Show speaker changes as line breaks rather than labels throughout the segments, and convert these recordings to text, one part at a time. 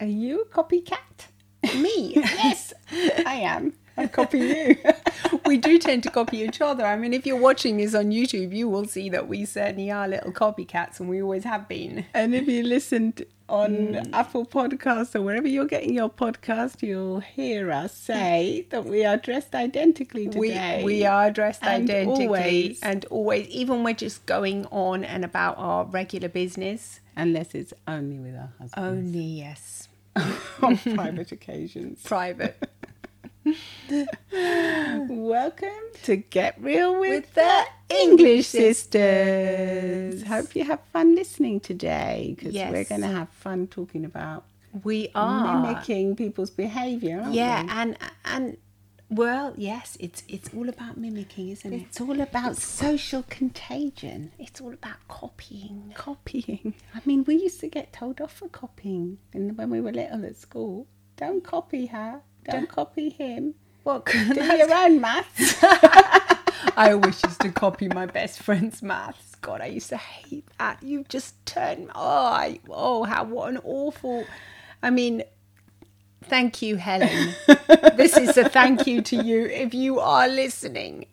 Are you a copycat?
Me? yes, I am.
I copy you.
we do tend to copy each other. I mean, if you're watching this on YouTube, you will see that we certainly are little copycats, and we always have been.
and if you listened on
Hmm.
Apple Podcasts or wherever you're getting your podcast, you'll hear us say that we are dressed identically today.
We, we are dressed
And
identically
always.
and always, even we're just going on and about our regular business.
Unless it's only with our husband
Only yes,
on private occasions.
private.
Welcome to Get Real with,
With
the
the
English
English
Sisters.
Sisters.
Hope you have fun listening today because
Yes. Ah.
we're going to have fun talking about
We are.
mimicking people's behaviour. Aren't
yeah,
we?
and and well, yes, it's it's all about mimicking, isn't it?
it's all about social contagion,
It's all about copying.
copying. I mean, we used to get told off for copying in, when we were little at school. Don't copy her. Don't copy him.
What?
Do your own maths.
I always used to copy my best friend's maths. God, I used to hate that. You just turn. Oh, I, oh, how what an awful. I mean, thank you, Helen. this is a thank you to you if you are listening.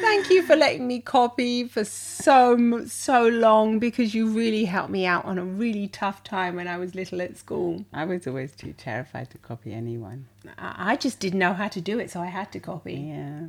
Thank you for letting me copy for so m- so long because you really helped me out on a really tough time when I was little at school.
I was always too terrified to copy anyone.
I I just didn't know how to do it, so I had to copy.
Yeah.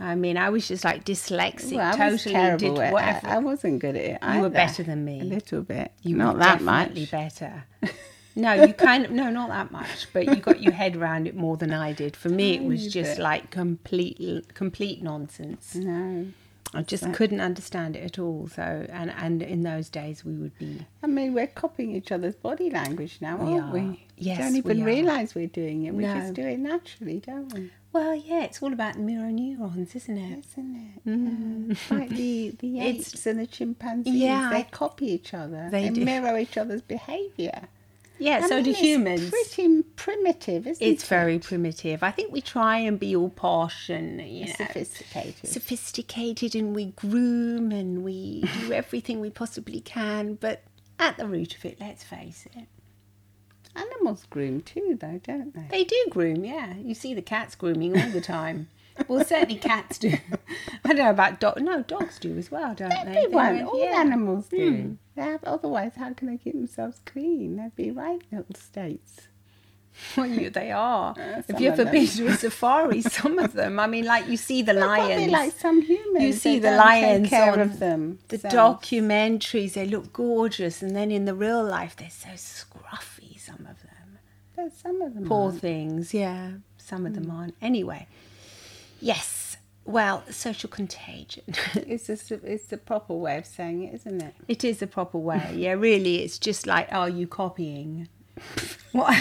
I mean, I was just like dyslexic,
Well, I was
totally did
terrible at
whatever.
it. I wasn't good at it.
You were
either.
better than me.
A little bit.
You
Not
were
that
definitely
much.
Better. No, you kind of no, not that much. But you got your head around it more than I did. For me, it was
Tiny
just
bit.
like complete complete nonsense.
No.
I just couldn't understand it at all. So, and and in those days, we would be
I mean, we're copying each other's body language now,
We
aren't
are.
we?
Yes,
Don't
we
even
are.
realise we're doing it. We
No.
just do it naturally, don't we?
well, yeah. It's all about mirror neurons, isn't it?
Isn't it? Yeah. Like the, the
Mm-hmm. It's-
apes and the chimpanzees.
Yeah,
They
I-
copy each other.
They
and
do.
mirror each other's behaviour.
Yeah.
I
so
mean,
do
it's
humans.
pretty primitive, isn't
It's
it?
very primitive. I think we try and be all posh and you know
sophisticated.
sophisticated and we groom and we do everything we possibly can, but at the root of it, let's face it,
Animals groom too, though, don't they?
they do groom, yeah. You see the cats grooming all the time. well, certainly cats do. I don't know about dogs. No, dogs do as well, don't they? They
Everyone,
went,
all
yeah. Hmm.
animals do. They have, otherwise, how can they keep themselves clean? They'd be right little states.
Well, you- they are.
Uh, some
if you've
of
ever
them.
been to a safari, some of them, I mean, like you see the
Probably
lions.
like some humans.
You see
they
the
don't take
lions
care
on
of them.
the
so-
documentaries, they look gorgeous, and then in the real life, they're so scruffy, some of them.
But some of them.
poor
aren't.
things. Yeah, some of them
Mm.
aren't. Anyway, yes. Well, social contagion.
It's just a, it's the proper way of saying it, isn't it?
it is a proper way. Yeah, really. It's just like, are you copying? what,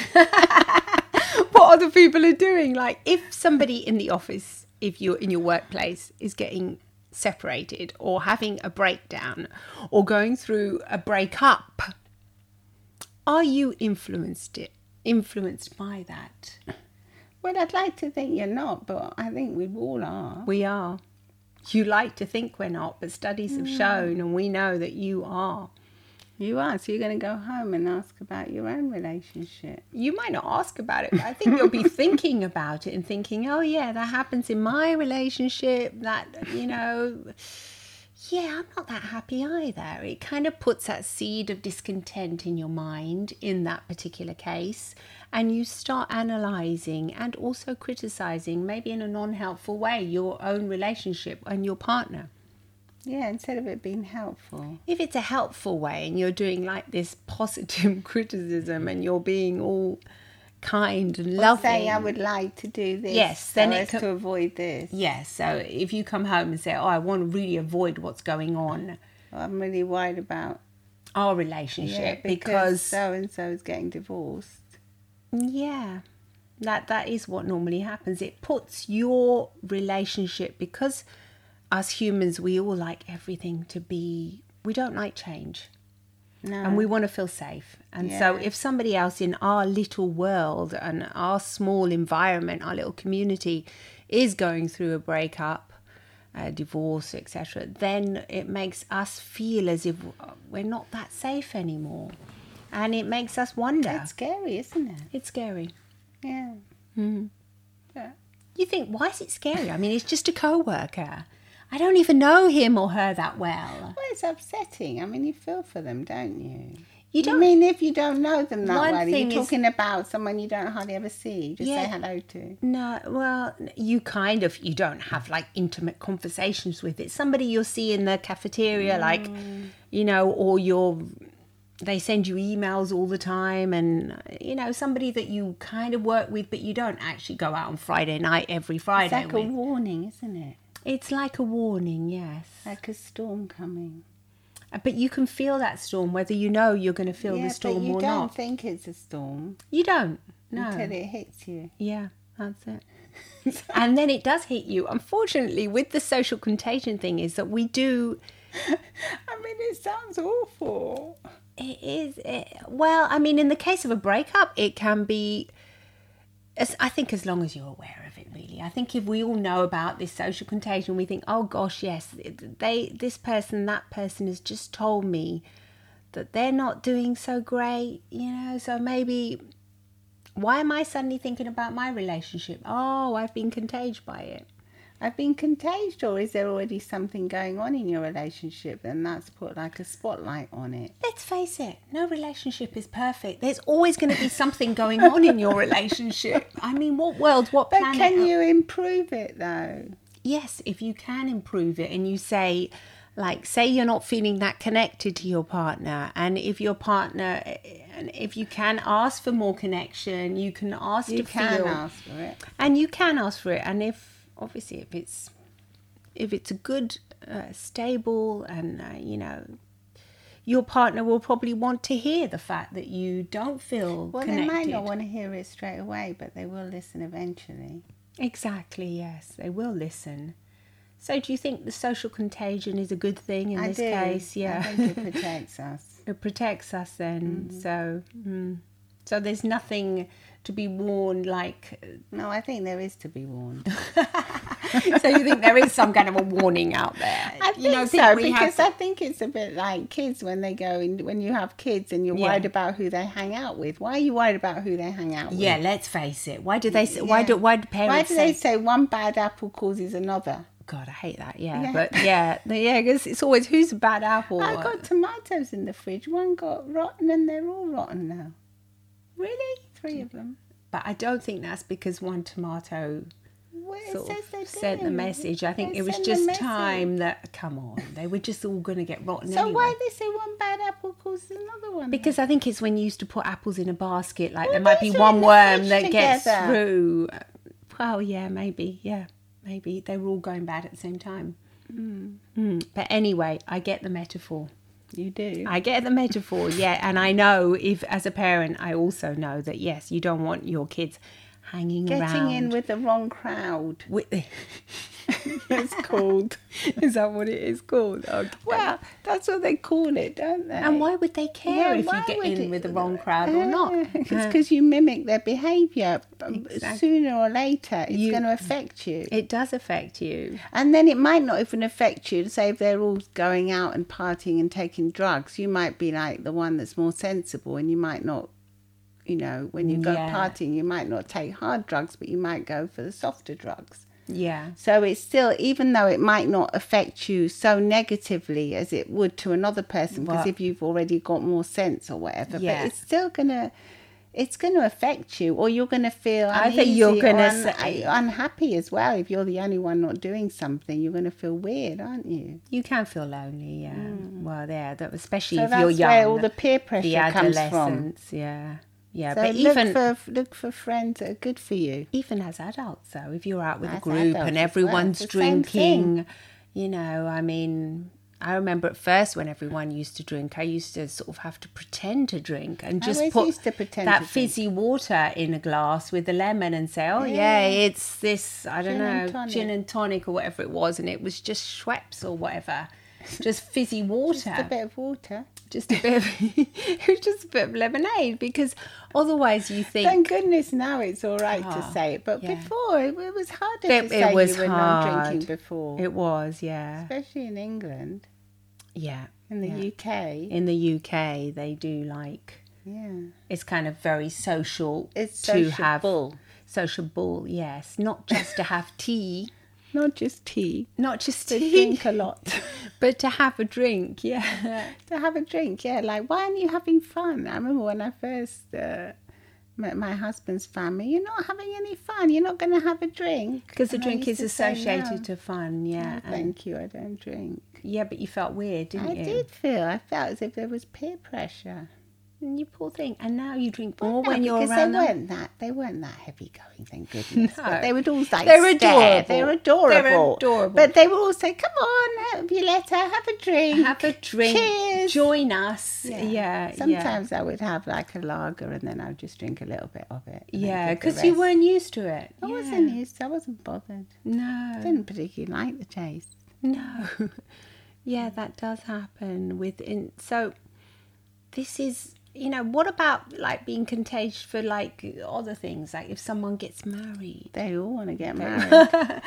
what other people are doing? Like, if somebody in the office, if you're in your workplace, is getting separated or having a breakdown or going through a breakup, are you influenced it? Influenced by that?
Well, I'd like to think you're not, but I think we all are.
We are. You like to think we're not, but studies have shown, and we know that you are.
You are. So you're going to go home and ask about your own relationship.
You might not ask about it, but I think you'll be thinking about it and thinking, oh, yeah, that happens in my relationship. That, you know, yeah, I'm not that happy either. It kind of puts that seed of discontent in your mind in that particular case, and you start analyzing and also criticizing, maybe in a non helpful way, your own relationship and your partner.
Yeah, instead of it being helpful.
if it's a helpful way and you're doing like this positive criticism and you're being all kind and loving
Say um, I would like to do this.
Yes,
so
then it
as
co-
to avoid this.
yes so if you come home and say oh i want to really avoid what's going on
I'm really worried about
our
because
relationship
uh,
because,
so and so is getting divorced.
yeah that that is what normally happens it puts your relationship because as humans we all like everything to be we don't like change
No,
and we want to feel safe. And so, if somebody else in our little world and our small environment, our little community, is going through a breakup, a divorce, etc., then it makes us feel as if we're not that safe anymore. and it makes us wonder.
That's scary, isn't it?
it's scary.
Yeah. Hmm.
You think, why is it scary? I mean, it's just a co worker. I don't even know him or her that well.
Well, it's upsetting. I mean, you feel for them, don't you?
You
You
don't.
mean if you don't know them that
One
well,
thing
you're
is-
talking about someone you don't hardly ever see, just
Yeah.
say hello to.
No, well, you kind of you don't have like intimate conversations with it. Somebody you'll see in the cafeteria, like
Mm.
you know, or you're they send you emails all the time, and you know, somebody that you kind of work with, but you don't actually go out on Friday night every Friday.
It's like a
with.
warning, isn't it?
It's like a warning, yes.
Like a storm coming.
But you can feel that storm, whether you know you're going to feel
yeah,
the storm
but you
or
don't
not.
think it's a storm
You don't. No.
until it hits you.
Yeah, that's it. and then it does hit you. Unfortunately, with the social contagion thing, is that we do.
I mean, it sounds awful.
It is. It, well, I mean, in the case of a breakup, it can be. As, I think as long as you're aware of it, really. I think if we all know about this social contagion, we think, oh gosh, yes, they, this person, that person has just told me that they're not doing so great, you know. So maybe, why am I suddenly thinking about my relationship? Oh, I've been contagious by it.
I've been contagious, or is there already something going on in your relationship and that's put like a spotlight on it?
Let's face it, no relationship is perfect. There's always going to be something going on in your relationship. I mean, what world, what
But
planet?
can you improve it though?
Yes, if you can improve it and you say, like, say you're not feeling that connected to your partner, and if your partner, and if you can ask for more connection, you can ask
You
to
can
feel,
ask for it.
and you can ask for it. And if obviously, if it's if it's a good, uh, stable, and uh, you know. Your partner will probably want to hear the fact that you don't feel
Well,
connected.
they might not want to hear it straight away, but they will listen eventually.
Exactly, yes. They will listen. So do you think the social contagion is a good thing in
I
this
do.
case? Yeah.
I think it Mm-hmm. protects us.
it protects us then. So mm. so there's nothing to be warned like
No, I think there is to be warned.
so you think there is some kind of a warning out there.
I
you know,
think so
we
because
have
I think it's a bit like kids when they go in, when you have kids and you're
Yeah.
worried about who they hang out with. Why are you worried about who they hang out
Yeah,
with?
let's face it. Why do they say, why
Yeah.
do why do parents
Why do
say
they say one bad apple causes another?
God, I hate that. Yeah,
Yeah. Oh,
but yeah, the- yeah. Because it's always who's a bad apple.
I got tomatoes in the fridge. One got rotten, and they're all rotten now. Really, three of them.
but I don't think that's because one tomato
Well, it
sort
says they
of sent the
do.
message. I think
They
it was
send the
just
message.
time that come on, they were just all going to get rotten
So
anyway.
why they say one bad apple causes another one?
Because I think it's when you used to put apples in a basket, like
Well,
there might be
those are
one
in the
worm
fridge
that gets
together.
through. Well, yeah, maybe, yeah, maybe they were all going bad at the same time. Mm. But anyway, I get the metaphor.
you do.
I get the metaphor, yeah, and I know if, as a parent, I also know that yes, you don't want your kids hanging
Getting
around.
in with the wrong crowd.
with-
It's called.
is that what it is called? Okay.
well, that's what they call it, don't they?
And why would they care
Yeah,
if you
why
get
would
in
it-
with the wrong crowd or not?
Ah, It's because you mimic their behaviour. but
Exact-
Sooner or later, it's
You-
going to affect you.
It does affect you.
And then it might not even affect you. Say if they're all going out and partying and taking drugs, you might be like the one that's more sensible, and you might not. You know, when you go
Yeah.
partying, you might not take hard drugs, but you might go for the softer drugs.
Yeah.
So it's still, even though it might not affect you so negatively as it would to another person, because
Well-
if you've already got more sense or whatever,
Yeah.
but it's still gonna, it's gonna affect you, or you're gonna feel
Either you're
uneasy or
gonna
un- uh,
say-
unhappy as well. If you're the only one not doing something, you're gonna feel weird, aren't you?
You can feel lonely, yeah. Well, yeah, that especially
Hmm. So
if you're
that's
young.
where all the peer pressure
the
comes from.
adolescence, yeah, yeah.
So
but
look
even
for look for friends that are good for you.
even as adults, though, if you're out with a
As
group
adults as
and
well,
everyone's
it's the same thing.
drinking, you know, I mean, I remember at first when everyone used to drink, I used to sort of have to pretend to drink and
I
just
always
put
used to pretend
that
to drink.
fizzy water in a glass with the lemon and say, oh yeah, it's this, I don't
Gin and
know,
tonic.
gin and tonic or whatever it was, and it was just Schweppes or whatever. Just fizzy water
Just a bit of water.
just a bit of it was just a bit of lemonade because otherwise you think Ah,
Thank goodness now it's all right to say it, but
yeah.
before it, it was harder
It-
to
it
say you
was
were
hard.
not drinking before,
it was yeah
especially in England,
yeah
in the
yeah.
UK.
in the UK they do like
Yeah.
It's kind of very social
It's
to have
sociable.
sociable, yes, not just to have tea,
Not just tea.
not just to
Tea.
drink a lot, but to have a drink, yeah.
To have a drink, yeah. Like, why aren't you having fun? I remember when I first uh, met my husband's family, you're not having any fun. You're not going to have a drink.
Because the
And I
drink
used
is
to say,
associated
"No,
to fun, yeah. and-
Thank you, I don't drink.
yeah, but you felt weird, didn't
I
you?
did feel, I felt as if there was peer pressure.
And you poor thing. And now you drink more
No,
when you're
because
around.
they
them.
weren't that they weren't that heavy going, thank goodness.
No.
But they would all like
They were
stare. They were
adorable.
adorable.
They were adorable.
But they would all say, "Come on, have you let her have a drink."
Have a drink.
Cheers.
Join us. Yeah. yeah
Sometimes I would have like a lager and then I would just drink a little bit of it. and then
Yeah,
give the
because you
rest.
weren't used to it.
I
Yeah. Um,
wasn't used. I wasn't bothered.
No.
I didn't particularly like the taste.
No. yeah, that does happen within. So, this is, you know, what about like being contagious for like other things? Like if someone gets married.
They all want to get married.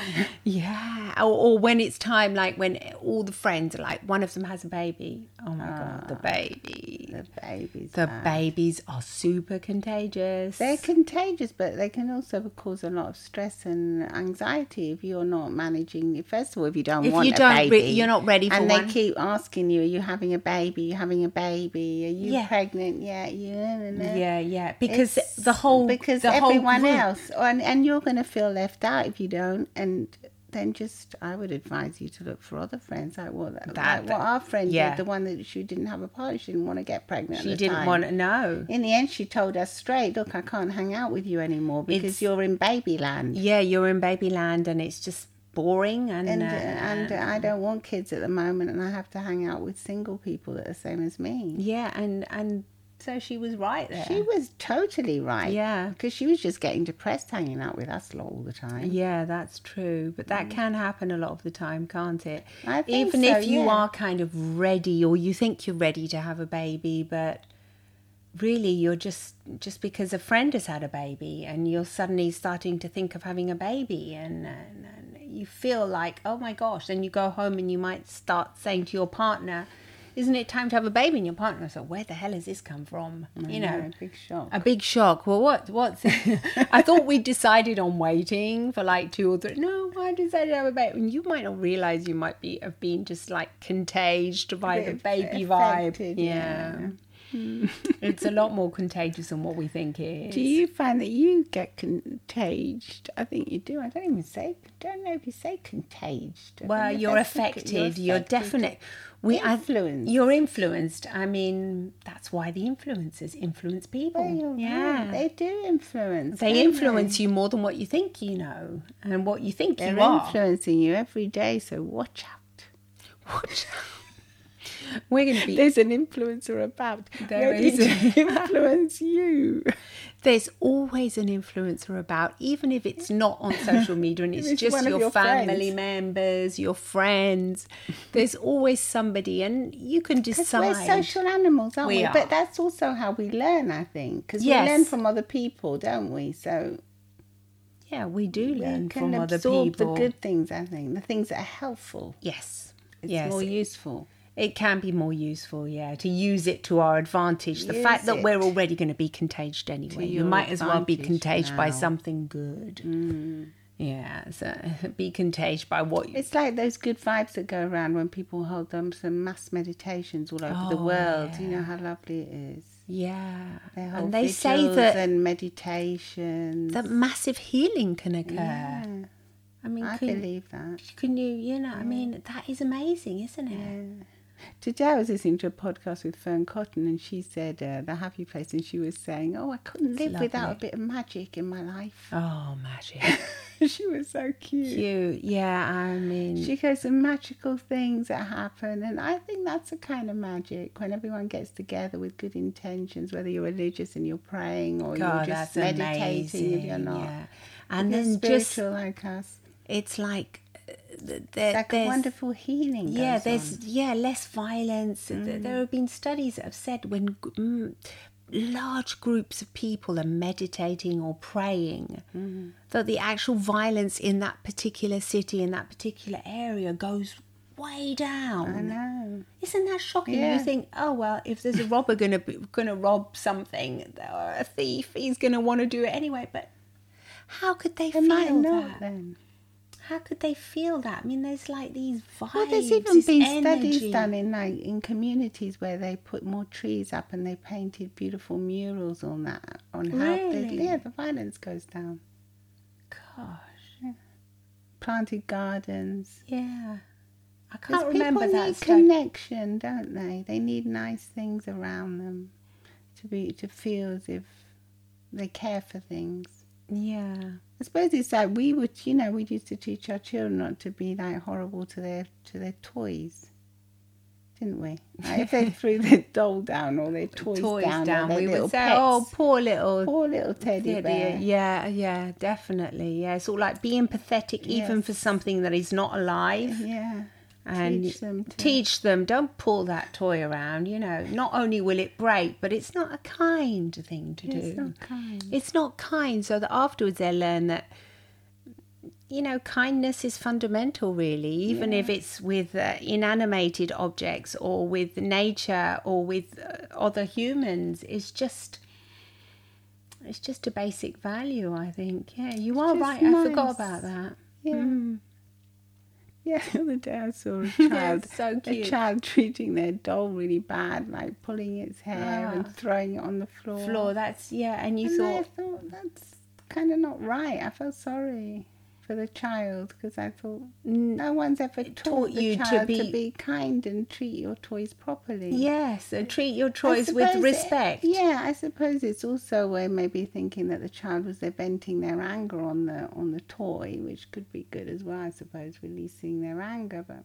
Yeah. Or, or when it's time, like when all the friends are like, one of them has a baby. Oh my God, the baby. Ah.
the babies.
The
are-
babies are super contagious.
They're contagious, but they can also cause a lot of stress and anxiety if you're not managing. First of all, if you don't
If
want
you
a
don't re-
baby,
you're not ready for
and they
one.
keep asking you, "Are you having a baby? Are you having a baby? Are you
Yeah.
pregnant yet? You?" and then-
yeah, yeah, because
It's-
the whole
because
the whole
everyone
group-
else, oh, and and you're going to feel left out if you don't, and. Then just, I would advise you to look for other friends, like what,
That-
like what our friend
yeah.
did, the one that she didn't have a partner, she didn't want to get pregnant. at
She
the
didn't
time.
want to know.
In the end, she told us straight, look, I can't hang out with you anymore because
It's-
you're in baby land.
Yeah, you're in babyland and it's just boring and
And,
uh,
uh, and uh, I don't want kids at the moment, and I have to hang out with single people that are same as me.
yeah, and and so she was right there.
She was totally right.
yeah,
Because she was just getting depressed hanging out with us lot all the time.
yeah, that's true. But that can happen a lot of the time, can't it?
I think
Even
so,
if you
yeah.
are kind of ready or you think you're ready to have a baby, but really you're just just because a friend has had a baby and you're suddenly starting to think of having a baby and, and, and you feel like oh my gosh then you go home and you might start saying to your partner isn't it time to have a baby and your partner is like where the hell has this come from you know
Yeah, big shock.
a big shock. Well, what? What's? I thought we decided on waiting for like two or three. No, I decided to have a baby. And you might not realize you might be have been just like contagious by the
Bit
baby vibe.
affected,
Yeah, it's a lot more contagious than what we think it is.
Do you find that you get contaged? I think you do. I don't even say, don't know if you say contaged. I
well,
don't know if
you're
that's the-
affected. You're,
affected.
definite. We I-
Influenced.
You're influenced. I mean, that's why the influencers influence people.
Oh, you're right.
yeah.
They do influence.
They
don't
influence you more than what you think you know and what you think
They're
you are.
influencing you every day, so watch out.
Watch out. We're going to be.
There's an influencer about
There
ready
is.
to influence you.
There's always an influencer about, even if it's not on social media and it's,
it's
just
one of
your,
your
family
friends.
members, your friends. There's always somebody, and you can decide.
We're social animals, aren't
We
we?
are.
But that's also how we learn, I think, because
Yes.
we learn from other people, don't we? So
yeah, we do
we
learn
can
from other
absorb
people.
the good things. I think the things that are helpful.
yes.
It's
yes.
more useful.
It can be more useful, yeah, to use it to our advantage. The fact
Use
that we're
it.
already going to be contagious anyway, you
your
might as well be
advantage
contagious by
now. Mm.
something good. Yeah, so be contagious by what you.
It's like those good vibes that go around when people hold them some mass meditations all over the
Oh,
world. You know how lovely it is.
Yeah,
They hold
and they say
vigils
that
and meditations.
that massive healing can occur. I mean,
I
can,
believe that.
can you? You know, I mean, that is amazing, isn't it?
Today I was listening to a podcast with Fern Cotton and she said uh, the happy place and she was saying, "Oh, I couldn't live without a
lovely.
bit of magic in my life."
Oh, magic!
she was so cute.
you, yeah, I mean,
She goes, "The magical things that happen," and I think that's a kind of magic when everyone gets together with good intentions. Whether you're religious and you're praying, or
God,
you're just
that's
meditating
amazing.
if you're not,
yeah. and
you're
then just
spiritual like us.
it's like uh, th- there,
Like a
there's
wonderful healing.
yeah
goes
there's
on. Mm.
yeah less violence Th- there have been studies that have said when g- mm, large groups of people are meditating or praying
Mm-hmm.
that the actual violence in that particular city in that particular area goes way down.
I know.
Isn't that shocking?
Yeah.
You think, oh well, if there's a robber gonna be, gonna rob something or a thief, he's gonna want to do it anyway. But how could they
They
feel
might not
that?
then.
How could they feel that? I mean, there's like these vibes.
Well, there's even
this
been
energy.
studies done in like in communities where they put more trees up and they painted beautiful murals on that on how the,
Really?
yeah the violence goes down.
Gosh,
Planted gardens.
yeah. I
'Cause
can't remember
people
that.
need
study.
connection, don't they? They need nice things around them to be to feel as if they care for things.
yeah.
I suppose it's like we would, you know, we used to teach our children not to be like horrible to their to their toys, didn't we? Like if they threw their doll down or their toys,
Toys
down,
down.
or their
we
little
would say,
pets,
oh, poor little
poor little teddy
Yeah,
bear.
Yeah, yeah, definitely. Yeah, it's all like being pathetic, even for something that is not alive,
Yeah,
and
teach them to.
teach them. Don't pull that toy around. You know, not only will it break, but it's not a kind thing to do.
it's not kind.
It's not kind, so that afterwards they learn that you know kindness is fundamental, really, even if it's with uh, inanimated objects or with nature or with uh, other humans. It's just it's just a basic value, I think. Yeah, you are
just
right. I forgot
nice.
about that.
Yeah.
Mm.
Yeah, the other day I saw a child,
so
a
cute.
child treating their doll really bad, like pulling its hair
Ah.
and throwing it on the floor.
Floor. That's yeah, and you
and I
thought
thought that's kind of not right. I felt sorry for the child because I thought
"N-
no one's ever taught,
taught
the
you to
child to be...
be-
kind and treat your toys properly.
yes, and treat your
I
toys with
suppose it-
respect.
yeah, I suppose it's also a way maybe thinking that the child was there venting their anger on the on the toy, which could be good as well. I suppose releasing their anger, but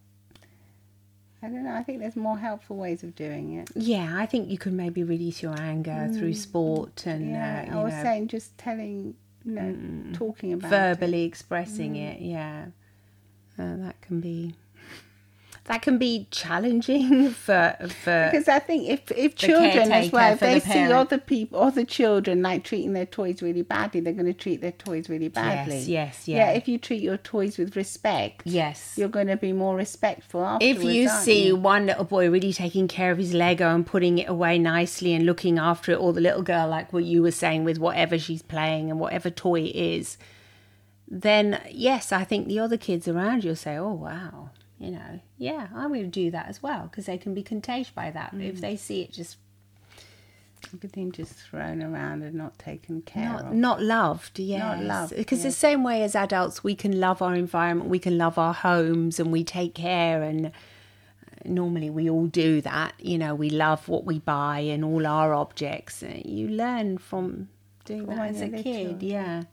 I don't know. I think there's more helpful ways of doing it.
Yeah, I think you could maybe release your anger through sport and
Mm. Yeah,
uh, you
I was
know,
saying just telling, you know, talking about it. Mm.
verbally expressing it. Yeah, Uh, that can be that can be challenging for for
Because I think if if children as well,
caretaker
if
for
they
the
see
parent.
other people, other children like treating their toys really badly, they're going to treat their toys really badly.
yes, yes,
yeah.
yeah,
If you treat your toys with respect,
yes.
you're going to be more respectful afterwards.
If you
aren't
see
you?
one little boy really taking care of his Lego and putting it away nicely and looking after it, or the little girl, like what you were saying, with whatever she's playing and whatever toy it is, then yes, I think the other kids around you will say, oh, wow, you know, yeah, I'm going to do that as well because they can be contagious by that.
Mm.
If they see it just
everything just thrown around and not taken care
not,
of.
not loved, yes.
loved,
Because the same way as adults, we can love our environment, we can love our homes, and we take care. And uh, normally we all do that. You know, we love what we buy and all our objects. Uh, You learn from doing
From
that
when
as a
you're
kid,
little.
yeah.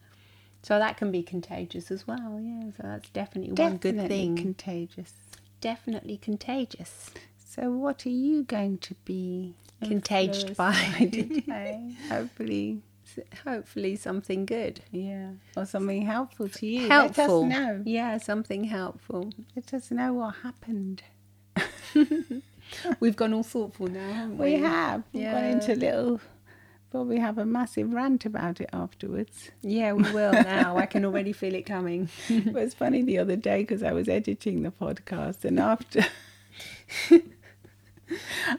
So that can be contagious as well, yeah. So that's definitely, one good
Definitely
thing.
contagious.
definitely contagious.
So what are you going to be?
Contaged
influenced
by,
today? Hopefully,
hopefully, something good,
yeah, or something helpful to you.
helpful.
Let us know.
Yeah, something helpful.
Let us know what happened.
We've gone all thoughtful now, haven't we?
We have. We've gone
Yeah.
into little. Probably have a massive rant about it afterwards.
Yeah, we will now. I can already feel it coming.
it was funny the other day because I was editing the podcast, and after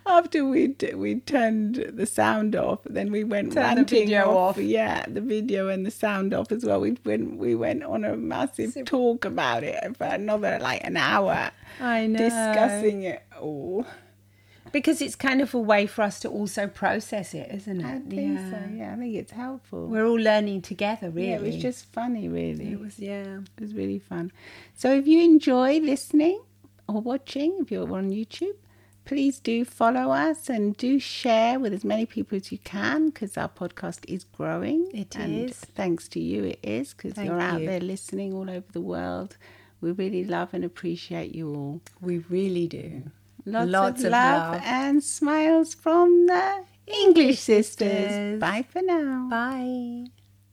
after we we turned the sound off, then we went
Turned the
ranting
video off.
Yeah, the video and the sound off as well. We went we went on a massive
So-
talk about it for another like an hour,
I know.
discussing it all.
Because it's kind of a way for us to also process it, isn't it?
I think so. Yeah, I think it's helpful.
We're all learning together, really.
Yeah, it was just funny, really.
It was, yeah.
It was really fun. So if you enjoy listening or watching, if you're on YouTube, please do follow us and do share with as many people as you can because our podcast is growing.
It
and
is.
Thanks to you, it is because
Thank
you're out
you.
there listening all over the world. We really love and appreciate you all.
We really do.
Lots,
Lots
of,
of
love,
love.
and smiles from the English sisters.
Sisters.
Bye for now.
Bye.